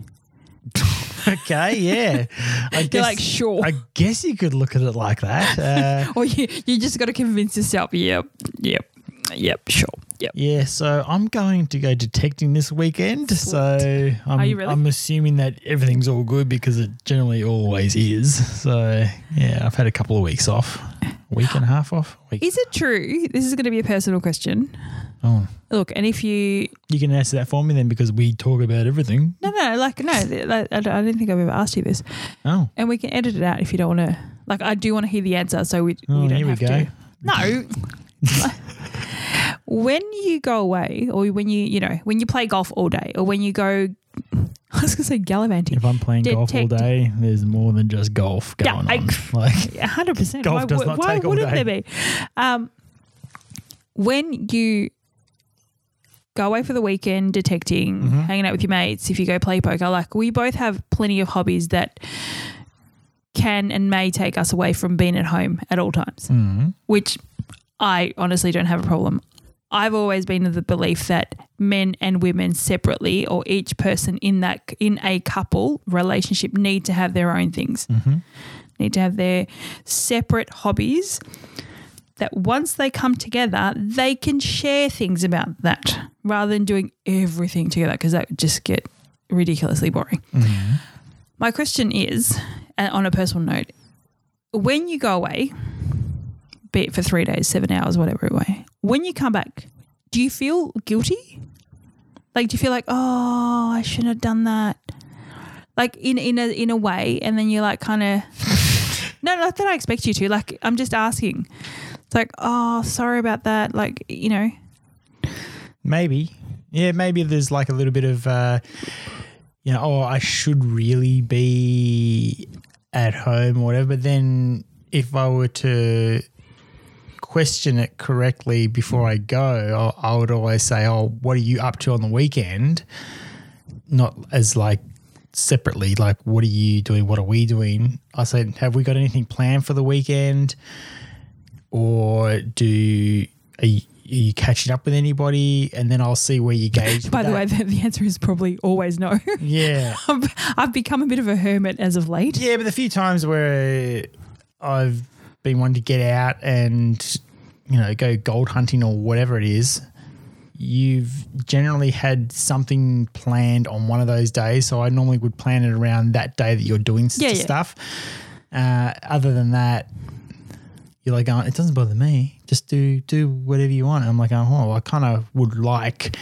Okay. Yeah. I guess.
You're like sure.
I guess you could look at it like that. Uh,
Or you, you just got to convince yourself, yep, yep, yep, sure, yep.
Yeah, so I'm going to go detecting this weekend. So I'm,
Are you really?
I'm assuming that everything's all good because it generally always is. So yeah, I've had a couple of weeks off, week and a half off. Week.
Is it true? This is going to be a personal question.
Oh,
Look, and if you,
you can answer that for me then because we talk about everything.
no, no, like, no, th- like, I don't I don't think I've ever asked you this.
Oh,
And we can edit it out if you don't want to. Like, I do want to hear the answer, so we,
Oh,
we don't
here we
have
go.
to. No. when you go away or when you, you know, when you play golf all day or when you go, I was going to say gallivanting.
If I'm playing golf all
Detect-
day, there's more than just golf
Yeah,
going
I-
on. Like,
Yeah, 100%.
Golf
why
does
wou-
not
why
take all
wouldn't
day.
there be? Um, when you go away for the weekend detecting,
Mm-hmm.
hanging out with your mates, if you go play poker, like we both have plenty of hobbies that can and may take us away from being at home at all times,
mm-hmm.
which I honestly don't have a problem. I've always been of the belief that men and women separately or each person in that in a couple relationship need to have their own things need to have their separate hobbies that once they come together they can share things about that rather than doing everything together because that would just get ridiculously boring
Mm-hmm.
my question is uh, on a personal note when you go away be it for three days seven hours whatever away when you come back do you feel guilty like do you feel like oh i shouldn't have done that like in in a in a way and then you're like kind of no, not that I expect you to. Like, I'm just asking. It's like, oh, sorry about that. Like, you know,
Maybe. Yeah, maybe there's like a little bit of, uh, you know, oh, I should really be at home or whatever. But then if I were to question it correctly before I go, I, I would always say, oh, what are you up to on the weekend? Not as like separately, like, what are you doing? What are we doing? I said, have we got anything planned for the weekend? or do are you, are you catching up with anybody? And then I'll see where you gauge.
by
with that.
the way, the, the answer is probably always no.
yeah,
I've, I've become a bit of a hermit as of late.
yeah. But the few times where I've been wanting to get out and you know go gold hunting or whatever it is, you've generally had something planned on one of those days. So I normally would plan it around that day that you're doing s-
Yeah, yeah.
stuff. Uh, other than that, you're like, going, it doesn't bother me. Just do do whatever you want. And I'm like, going, oh, I kind of would like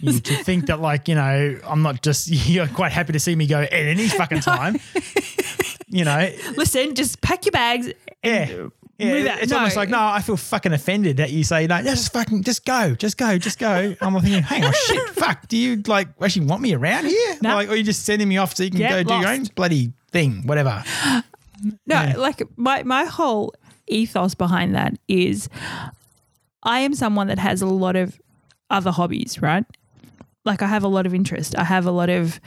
you to think that, like, you know, I'm not just you're quite happy to see me go at any fucking time. you know,
Listen, just pack your bags.
yeah. Yeah,
Move out.
it's
No.
almost like no. I feel fucking offended that you say no. no, Just fucking, just go, just go, just go. I'm thinking, hang on, shit, fuck. Do you like actually want me around here?
No.
Like, or you just sending me off so you can
Get
go do your own
lost.
bloody thing, whatever.
No, like my, my whole ethos behind that is I am someone that has a lot of other hobbies, right? Like I have a lot of interest. I have a lot of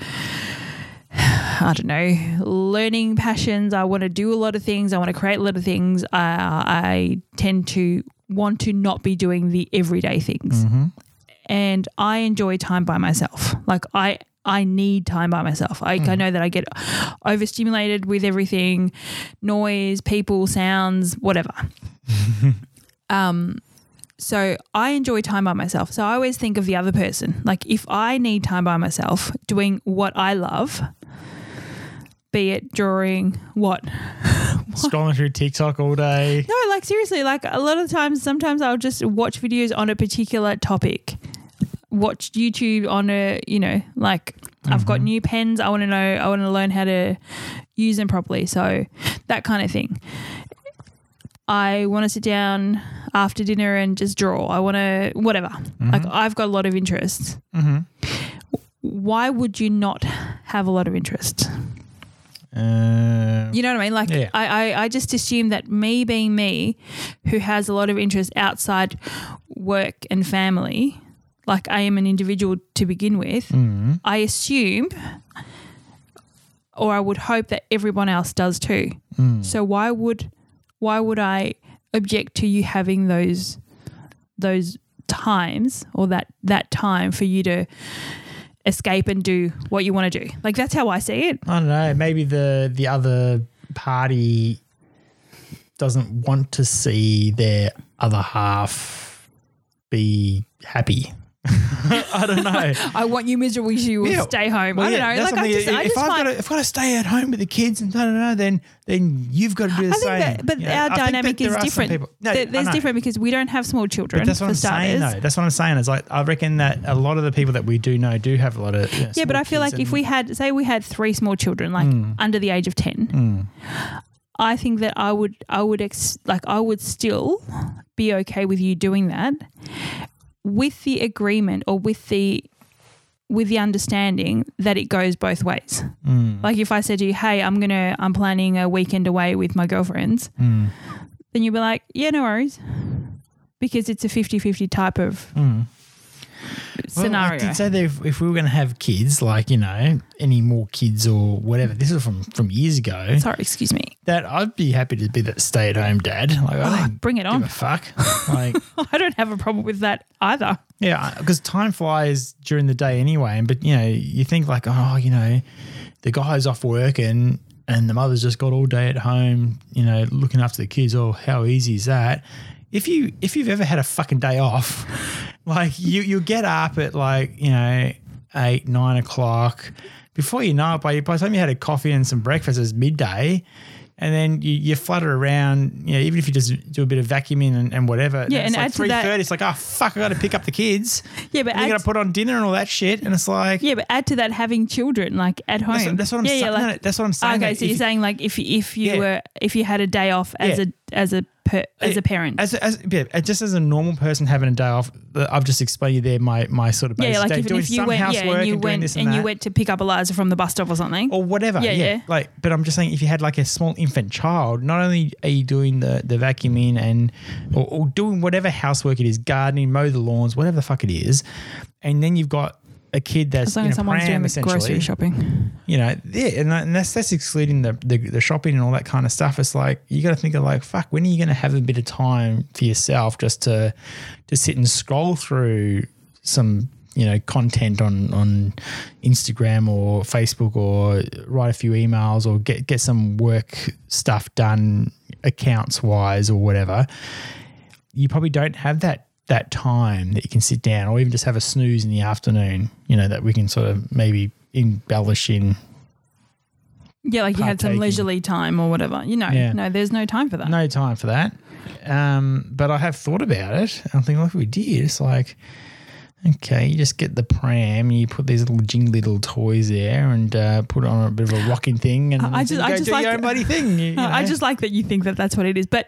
I don't know, learning passions. I want to do a lot of things. I want to create a lot of things. I, I tend to want to not be doing the everyday things. And I enjoy time by myself. Like I I need time by myself. Like I know that I get overstimulated with everything, noise, people, sounds, whatever. Um, So I enjoy time by myself. So I always think of the other person. Like if I need time by myself doing what I love, be it drawing what?
Scrolling through TikTok all day.
No, like seriously, like a lot of times, sometimes I'll just watch videos on a particular topic, watch YouTube on a, you know, like I've got new pens. I want to know, I want to learn how to use them properly. So that kind of thing. I want to sit down after dinner and just draw. I want to, whatever. Like I've got a lot of interests.
Mm-hmm.
Why would you not have a lot of interests?
Uh,
You know what I mean? Like
Yeah.
I, I, I just assume that me being me, who has a lot of interest outside work and family, like I am an individual to begin with,
Mm-hmm.
I assume or I would hope that everyone else does too.
Mm.
So why would why would I object to you having those those times or that that time for you to escape and do what you want to do? Like that's how I see it.
I don't know. Maybe the the other party doesn't want to see their other half be happy. I don't know.
I want you miserable. You will
Yeah.
stay home.
Well,
I don't
yeah,
know.
that's
Like I
something.
just, I
if
just
I've
find.
got to, if I've got to stay at home with the kids and no, no, no, then then you've got to do the
I think
same.
that, but
you know. I
our
think that
dynamic
there
is
are some
different.
people- No,
There-
I
there's
know.
different because we don't have small children.
But that's what
for
I'm
starters.
saying. though. that's what I'm saying. Is like I reckon that a lot of the people that we do know do have a lot of.
yeah, but I feel like if we had, say, we had three small children, like
Mm.
under the age of ten, I think that I would, I would, ex- like, I would still be okay with you doing that, with the agreement or with the with the understanding that it goes both ways.
mm.
Like if I said to you, "Hey, I'm gonna I'm planning a weekend away with my girlfriends,"
Mm.
then you'd be like, "Yeah, no worries," because it's a 50-50 type of
Mm.
scenario.
Well, I did say that if, if we were going to have kids, like you know, any more kids or whatever, this is from from years ago.
Sorry, excuse me.
That I'd be happy to be that stay at home dad. Like I don't
Bring it
give a
on.
fuck. Like
I don't have a problem with that either.
yeah, because time flies during the day anyway. And but you know, you think like oh, you know, the guy's off work and and the mother's just got all day at home, you know, looking after the kids. Oh, how easy is that? If you if you've ever had a fucking day off, like you you get up at like you know eight nine o'clock. Before you know it, by by the time you had a coffee and some breakfast, it's midday. And then you, you flutter around, you know, even if you just do a bit of vacuuming and, and whatever.
Yeah,
it's
and
like
add to that-
3:30, it's like, oh fuck, I got to pick up the kids.
Yeah, but
And they're
add,
gonna put on dinner and all that shit, and it's like,
yeah, but add to that having children like at home.
that's, that's what I'm
yeah,
saying.
Yeah, like,
No, no, that's what I'm saying. that
okay, so
if
you're
you-
saying like if if you
Yeah.
were if you had a day off as
Yeah.
a as a per, as a parent.
as, as yeah, and just as a normal person having a day off, uh, I've just explained you there my my sort of
yeah,
basic
yeah, like
day,
if,
doing
if you
some
went yeah,
housework
and you
doing
went
this
and,
and, that.
you went to pick up Eliza from the bus stop or something.
or whatever.
Yeah,
Yeah,
yeah.
Like, but I'm just saying, if you had like a small infant child, not only are you doing the the vacuuming and or, or doing whatever housework it is, gardening, mow the lawns, whatever the fuck it is, and then you've got a kid that's
as long
in a
as someone's
pram,
doing the grocery
essentially.
shopping.
you know, yeah, and, that- and that's that's excluding the, the the shopping and all that kind of stuff. It's like you got to think of like, fuck, when are you going to have a bit of time for yourself just to to sit and scroll through some you know content on on Instagram or Facebook or write a few emails or get get some work stuff done accounts wise or whatever. You probably don't have that that time that you can sit down or even just have a snooze in the afternoon. You know that we can sort of maybe embellish in
Yeah, like you had some
Partaking.
leisurely time or whatever. You know,
Yeah.
no, there's no time for that.
No time for that. Um, but I have thought about it. and I think, like we did, it's like, okay, you just get the pram, you put these little jingly little toys there, and uh, put on a bit of a rocking thing, and
I- I just-
you
I
go
just
do
like-
your own bloody thing. you- you
Uh, I
know.
just like that you think that that's what it is, but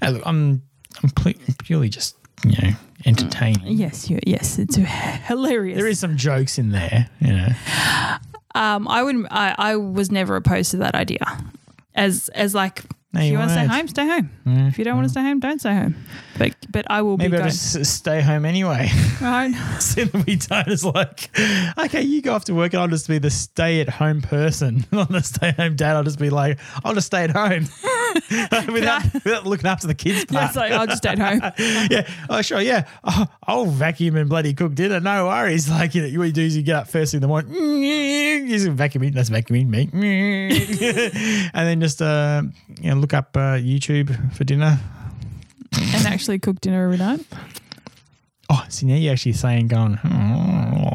Hey, look, I'm, I'm ple- purely just you know entertaining.
yes, you, yes, it's hilarious.
There is some jokes in there, you know.
Um, I wouldn't. I, I was never opposed to that idea. As as like,
No,
if
you
you want to stay
weren't.
home, stay home.
Yeah.
If you don't want to stay home, don't stay home. But but I will
Maybe
be
I'll
going.
just s- stay home anyway.
Right?
so that we don't. It's like, okay, you go off to work and I'll just be the stay at home person. Not the stay at home dad. I'll just be like, I'll just stay at home without, without looking after the kids
Yeah,
part.
so I'll just stay at home.
yeah. Oh, sure. Yeah. Oh, I'll vacuum and bloody cook dinner. No worries. Like, you know, what you do is you get up first thing in the morning. You just vacuum it. That's vacuuming me. and then just, uh, you know, look up uh, YouTube for dinner.
and actually cook dinner every night.
Oh, see now you're actually saying, going, hmm,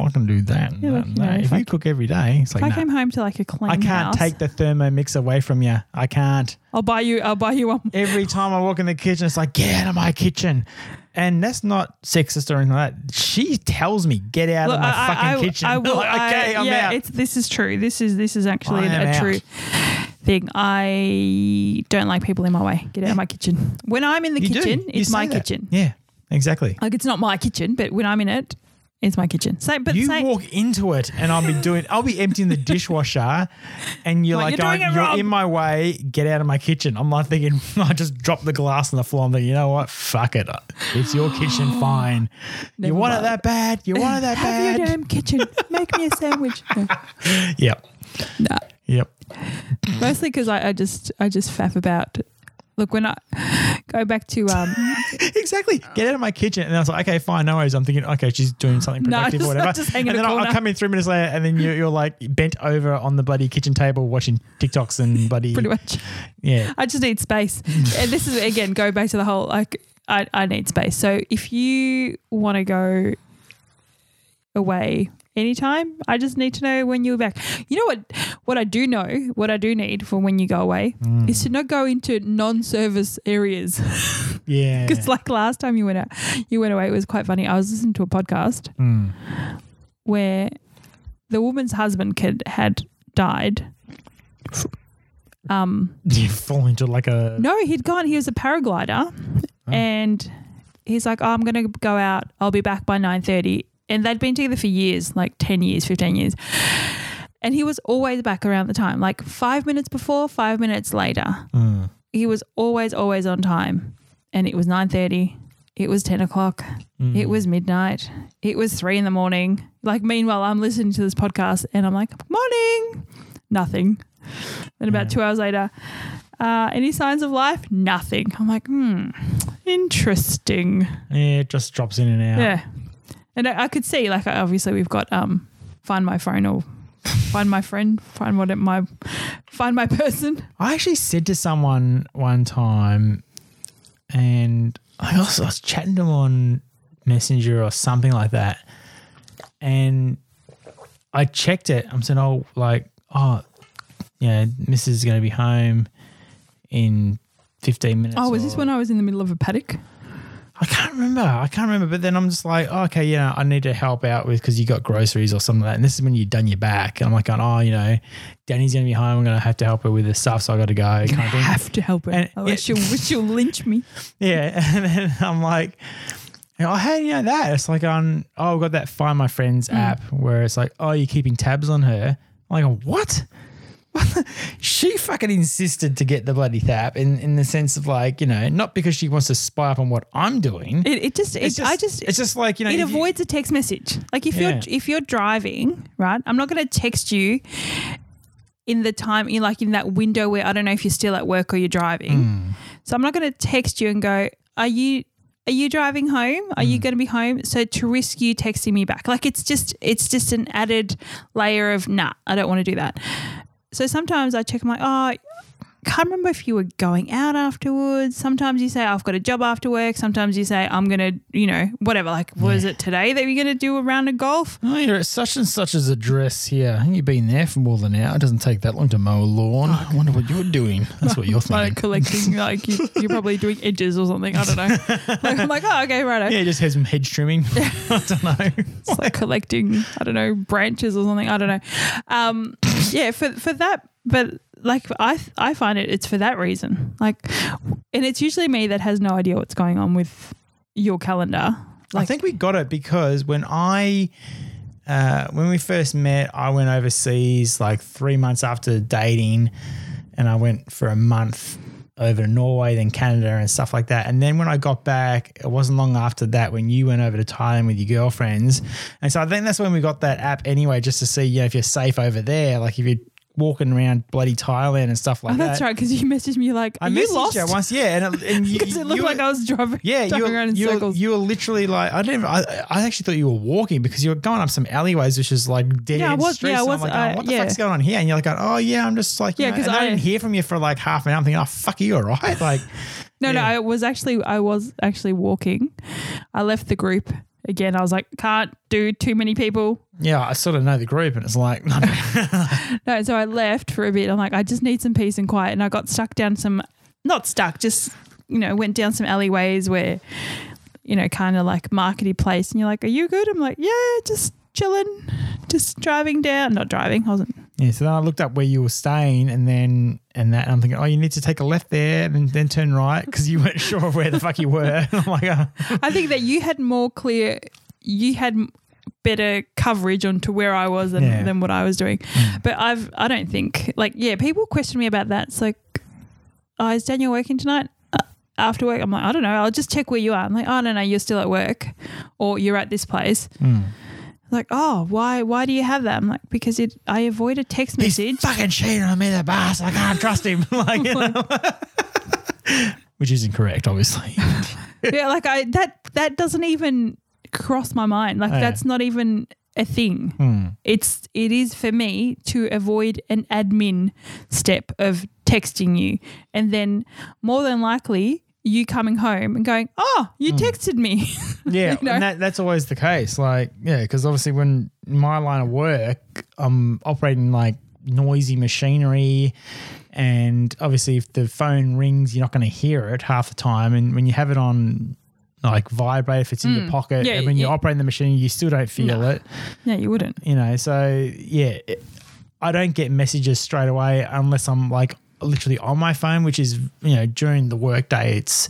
I can do that. and
Yeah,
that
like,
and
you know,
that."
if
If
I
you cook every day, it's
If
like,
I
"Nah,
came home to like a clean
I can't
house,
take the thermomix away from you. I can't.
I'll buy you. I'll buy you one.
Every time I walk in the kitchen, it's like, get out of my kitchen. And that's not sexist or anything like that. She tells me, get out
Look,
of my
I-
fucking
I- I-
kitchen.
I will-
like, okay,
I-
I'm
yeah,
out.
It's, this is true. This is this is actually
I am
a, a
out.
true thing. I don't like people in my way. Get out of my kitchen. When I'm in the
You do.
kitchen,
You
it's
say
my
that.
kitchen.
Yeah, exactly.
Like it's not my kitchen, but when I'm in it, it's my kitchen. Same, but
you
same.
walk into it and I'll be doing, I'll be emptying the dishwasher and you're
Like,
like,
"You're doing
going,
it
you're
wrong."
in my way, get out of my kitchen. I'm like thinking, I just dropped the glass on the floor. I'm like, you know what? Fuck it. It's your kitchen, fine. you
Never
want it
mind.
that bad? You want it that
Have your
bad?
damn kitchen. Make me a sandwich. No.
Yep.
Nah.
Yep.
Mostly because I, I just I just faff about. Look, when I go back to um,
Exactly. Get out of my kitchen. And I was like, okay, fine, no worries. I'm thinking, okay, she's doing something
No,
productive
just-
or whatever.
just hang in
and
a
then I'll, I'll
corner.
come in three minutes later and then you're, you're like bent over on the bloody kitchen table watching TikToks and bloody.
pretty much.
Yeah.
I just need space. and this is again go back to the whole like I, I need space. So if you want to go away anytime, I just need to know when you're back. You know what what I do know, what I do need for when you go away
Mm.
is to not go into non-service areas.
Hmm. Yeah.
Because like last time you went out, you went away. It was quite funny. I was listening to a podcast
Mm.
where the woman's husband kid had died. Um,
You fall into like a.
no, he'd gone. He was a paraglider, and he's like, oh, I'm going to go out. I'll be back by 9.30. And they'd been together for years, like 10 years, 15 years. And he was always back around the time, like five minutes before, five minutes later.
uh,
He was always, always on time. And it was 9.30. It was 10 o'clock.
mm,
It was midnight. It was three in the morning. Like, meanwhile, I'm listening to this podcast and I'm like, morning. Nothing. Then about
Yeah.
two hours later, uh, any signs of life? Nothing. I'm like, hmm, interesting.
Yeah, it just drops in and out.
Yeah. And I, I could see, like, obviously, we've got um, find my phone or find my friend, find what it, my, find my person.
I actually said to someone one time, and I also I was chatting to them on Messenger or something like that, and I checked it. I'm saying, oh, like, oh, you know, Mrs. is going to be home in 15 minutes.
Oh, was this
or-
when I was in the middle of a paddock?
I can't remember. I can't remember. But then I'm just like, oh, okay, yeah, I need to help out with because you got groceries or something like that. And this is when you've done your back. And I'm like, going, oh, you know, Danny's going to be home. I'm going to have to help her with this stuff. So I got to go. Kind of thing.
have to help her.
And-
Otherwise,
yeah.
she'll, she'll lynch me.
Yeah, and then I'm like, oh, how do you know that? It's like on oh, I've got that Find My Friends
Mm.
app where it's like, oh, you're keeping tabs on her. I'm like, what? she fucking insisted to get the bloody tap in, in the sense of like, you know, not because she wants to spy up on what I'm doing.
It, it just, it,
it's just,
I just,
it's just like, you know,
it
if you-
avoids a text message. Like if
Yeah.
you're if you're driving, right? I'm not going to text you in the time you like in that window where I don't know if you're still at work or you're driving.
Hmm.
So I'm not going to text you and go, "Are you are you driving home? Are
Hmm.
you going to be home?" So to risk you texting me back. Like it's just it's just an added layer of nah, I don't want to do that. So sometimes I check I'm like, "Oh, can't remember if you were going out afterwards. Sometimes you say, I've got a job after work. Sometimes you say, I'm going to, you know, whatever. Like, was it today that you're going to do a round of golf?
Oh, you're at such and such as address here. You've been there for more than an hour. It doesn't take that long to mow a lawn. I wonder what you're doing. That's what you're thinking.
Like, collecting, like, you, you're probably doing edges or something. I don't know. Like, I'm like, oh, okay, right.
Yeah, just had some hedge trimming. I don't know.
It's like collecting, I don't know, branches or something. I don't know. Um, yeah, for for that, but like I I find it it's for that reason. Like, and it's usually me that has no idea what's going on with your calendar. Like,
I think we got it because when I uh, when we first met, I went overseas like three months after dating, and I went for a month over to Norway, then Canada, and stuff like that. And then when I got back, it wasn't long after that when you went over to Thailand with your girlfriends, and so I think that's when we got that app anyway, just to see you know if you're safe over there, like if you're walking around bloody Thailand and stuff like
Oh,
that.
that's right. Because you messaged me like,
I
Are you
messaged
lost?
you once, yeah, and, it, and you,
Because it looked
you
like
were-
I was driving,
yeah, you
driving
were,
around in
you, were,
circles.
you were literally like I didn't. Even, I I actually thought you were walking because you were going up some alleyways, which is like dead
Yeah, I
end
was-
streets.
yeah, I
and
was,
I'm like,
uh,
oh, what the
yeah.
fuck's going on here? And you're like, going, oh yeah, I'm just like,
Yeah,
yeah,
'cause
because I,
I-
didn't hear from you for like half an hour. I'm thinking, oh fuck, are you all right? Like,
no, no,
yeah.
I was actually, I was actually walking. I left the group again. I was like, can't do too many people.
yeah, I sort of know the group, and it's like,
No, so I left for a bit. I'm like, I just need some peace and quiet. And I got stuck down some, not stuck, just you know, went down some alleyways where, you know, kind of like markety place. And you're like, are you good? I'm like, yeah, just chilling, just driving down. Not driving. I wasn't.
yeah. So then I looked up where you were staying, and then and that, and I'm thinking, oh, you need to take a left there, and then, then turn right because you weren't sure where the fuck you were. I'm like, oh.
I think that you had more clear, you had m- better coverage onto where I was than,
Yeah. Mm.
than what I was doing. But I've, I don't think, like, yeah, people question me about that. It's like, oh, is Daniel working tonight? Uh, After work, I'm like, I don't know. I'll just check where you are. I'm like, oh no, no, you're still at work, or you're at this place.
hmm.
Like, oh, why, why do you have that? I'm like, because it, I avoid a text
He's
message.
fucking cheating on me, the boss. I can't trust him. like, you know? which is incorrect, obviously.
yeah, like I that that doesn't even cross my mind. Like
Oh, yeah.
that's not even a thing.
Hmm.
It's it is for me to avoid an admin step of texting you, and then more than likely you coming home and going, "Oh, you
Hmm.
texted me."
Yeah,
You know?
and that, that's always the case. Like, yeah, because obviously when in my line of work, I'm operating like noisy machinery, and obviously if the phone rings, you're not going to hear it half the time. And when you have it on like vibrate, if it's in your pocket,
Yeah,
and when you're
yeah.
operating the machine, you still don't feel it.
yeah, you wouldn't.
You know, so yeah, it, I don't get messages straight away unless I'm like literally on my phone, which is you know during the workday, it's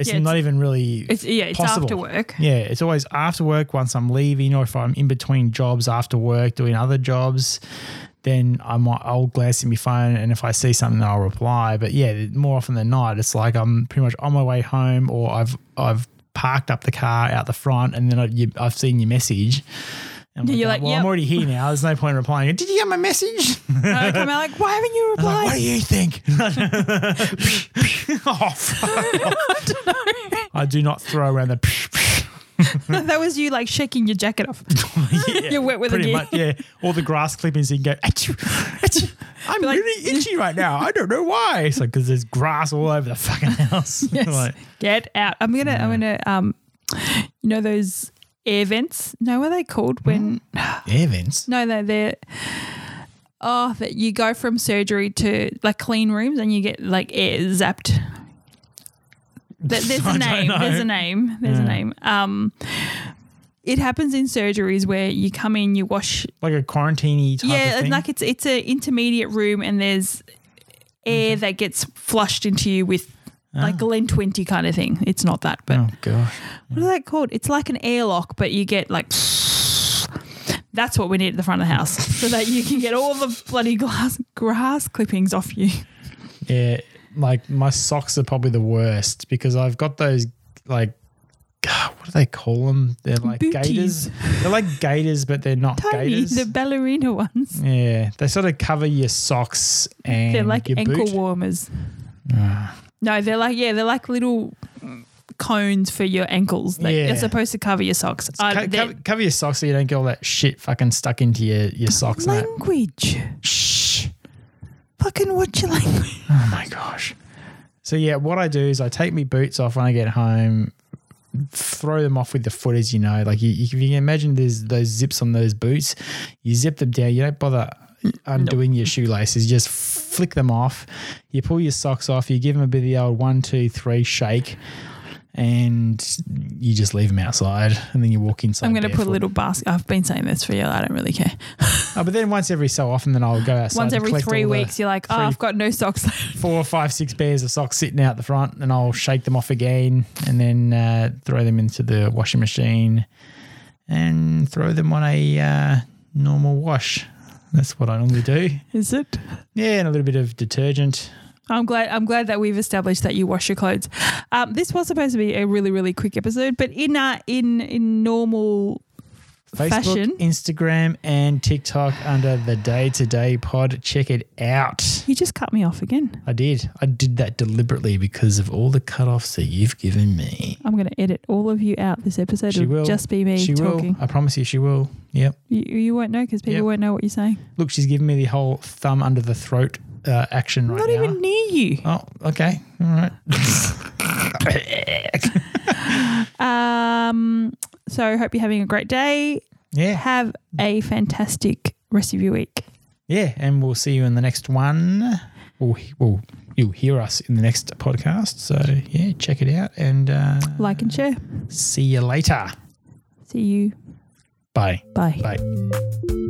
It's
Yeah, it's-
not even really.
It's yeah, it's
Possible.
after work.
yeah, it's always after work once I'm leaving, or if I'm in between jobs after work doing other jobs, then I might I'll glance at my phone, and if I see something, I'll reply. But yeah, more often than not, it's like I'm pretty much on my way home, or I've I've parked up the car out the front, and then I, you, I've seen your message. And I'm
Yeah, you're like,
well,
yep.
I'm already here now. There's no point in replying. Did you get my message?
And I come out like, why haven't you
Like, what do
replied?
you think? oh, fuck off. I do not throw around the.
that was you like shaking your jacket off.
yeah,
You're wet with
pretty
a
much, yeah. All the grass clippings you can go. Achoo, achoo. I'm
Like-
really itchy right now. I don't know why. It's like because there's grass all over the fucking house.
Yes.
Like,
Get out. I'm gonna I'm gonna um you know those air vents? No, what are they called
Hmm?
when
yeah, Vince.
no they're they're oh that you go from surgery to like clean rooms and you get like air zapped. Th- There's
I
a
don't
name.
know.
There's a name. There's a name. Um it happens in surgeries where you come in, you wash
Like a quarantine type
yeah,
of thing.
and like it's it's an intermediate room, and there's air that gets flushed into you with
Ah.
like Glen Twenty kind of thing. It's not that, but
oh gosh.
what is that called? It's like an airlock, but you get like. That's what we need at the front of the house, so that you can get all the bloody glass grass clippings off you.
Yeah, like my socks are probably the worst because I've got those like. God, What do they call them? They're like
Booties.
gaiters. They're like gaiters, but they're not
Tiny,
gaiters.
the ballerina ones.
yeah, they sort of cover your socks and
They're like
your
ankle
boot.
warmers.
Ah.
No, they're like yeah, they're like little mm, cones for your ankles. Like,
Yeah.
They're supposed to cover your socks. Uh,
Co-
they're-
cover, cover your socks so you don't get all that shit fucking stuck into your, your socks. and that.
language.
Shh.
Fucking watch your language.
Oh my gosh. So yeah, what I do is I take my boots off when I get home, throw them off with the footers. You know, like you, you, if you can imagine, there's those zips on those boots. You zip them down. You don't bother undoing your shoelaces. You just flick them off. You pull your socks off. You give them a bit of the old one, two, three shake. And you just leave them outside, and then you walk inside.
I'm going to put a
barefoot.
little basket. I've been saying this for you. I don't really care.
Oh, but then once every so often, then I'll go outside.
Once
and
every
collect
three
all the
weeks, you're like, oh,
three-
I've got no socks left.
four, five, six pairs of socks sitting out the front, and I'll shake them off again, and then uh, throw them into the washing machine, and throw them on a uh, normal wash. That's what I normally do.
Is it?
Yeah, and a little bit of detergent.
I'm glad. I'm glad that we've established that you wash your clothes. Um, this was supposed to be a really, really quick episode, but in uh, in in normal
Facebook,
fashion,
Instagram, and TikTok under the Day to Day Pod. Check it out.
you just cut me off again.
I did. I did that deliberately because of all the cutoffs that you've given me.
I'm going to edit all of you out this episode.
She
It'll
will.
just be me
she
talking.
will. I promise you, she will. Yep.
You, you won't know because people
Yep.
won't know what you're saying.
Look, she's giving me the whole thumb under the throat uh, action right
Not
now.
even near you.
oh, okay. All right.
Um, so hope you're having a great day.
Yeah.
Have a fantastic rest of your week.
Yeah. And we'll see you in the next one. We'll, we'll, you'll hear us in the next podcast. So, yeah, check it out and uh,
Like and share.
see you later.
See you.
Bye.
Bye.
Bye.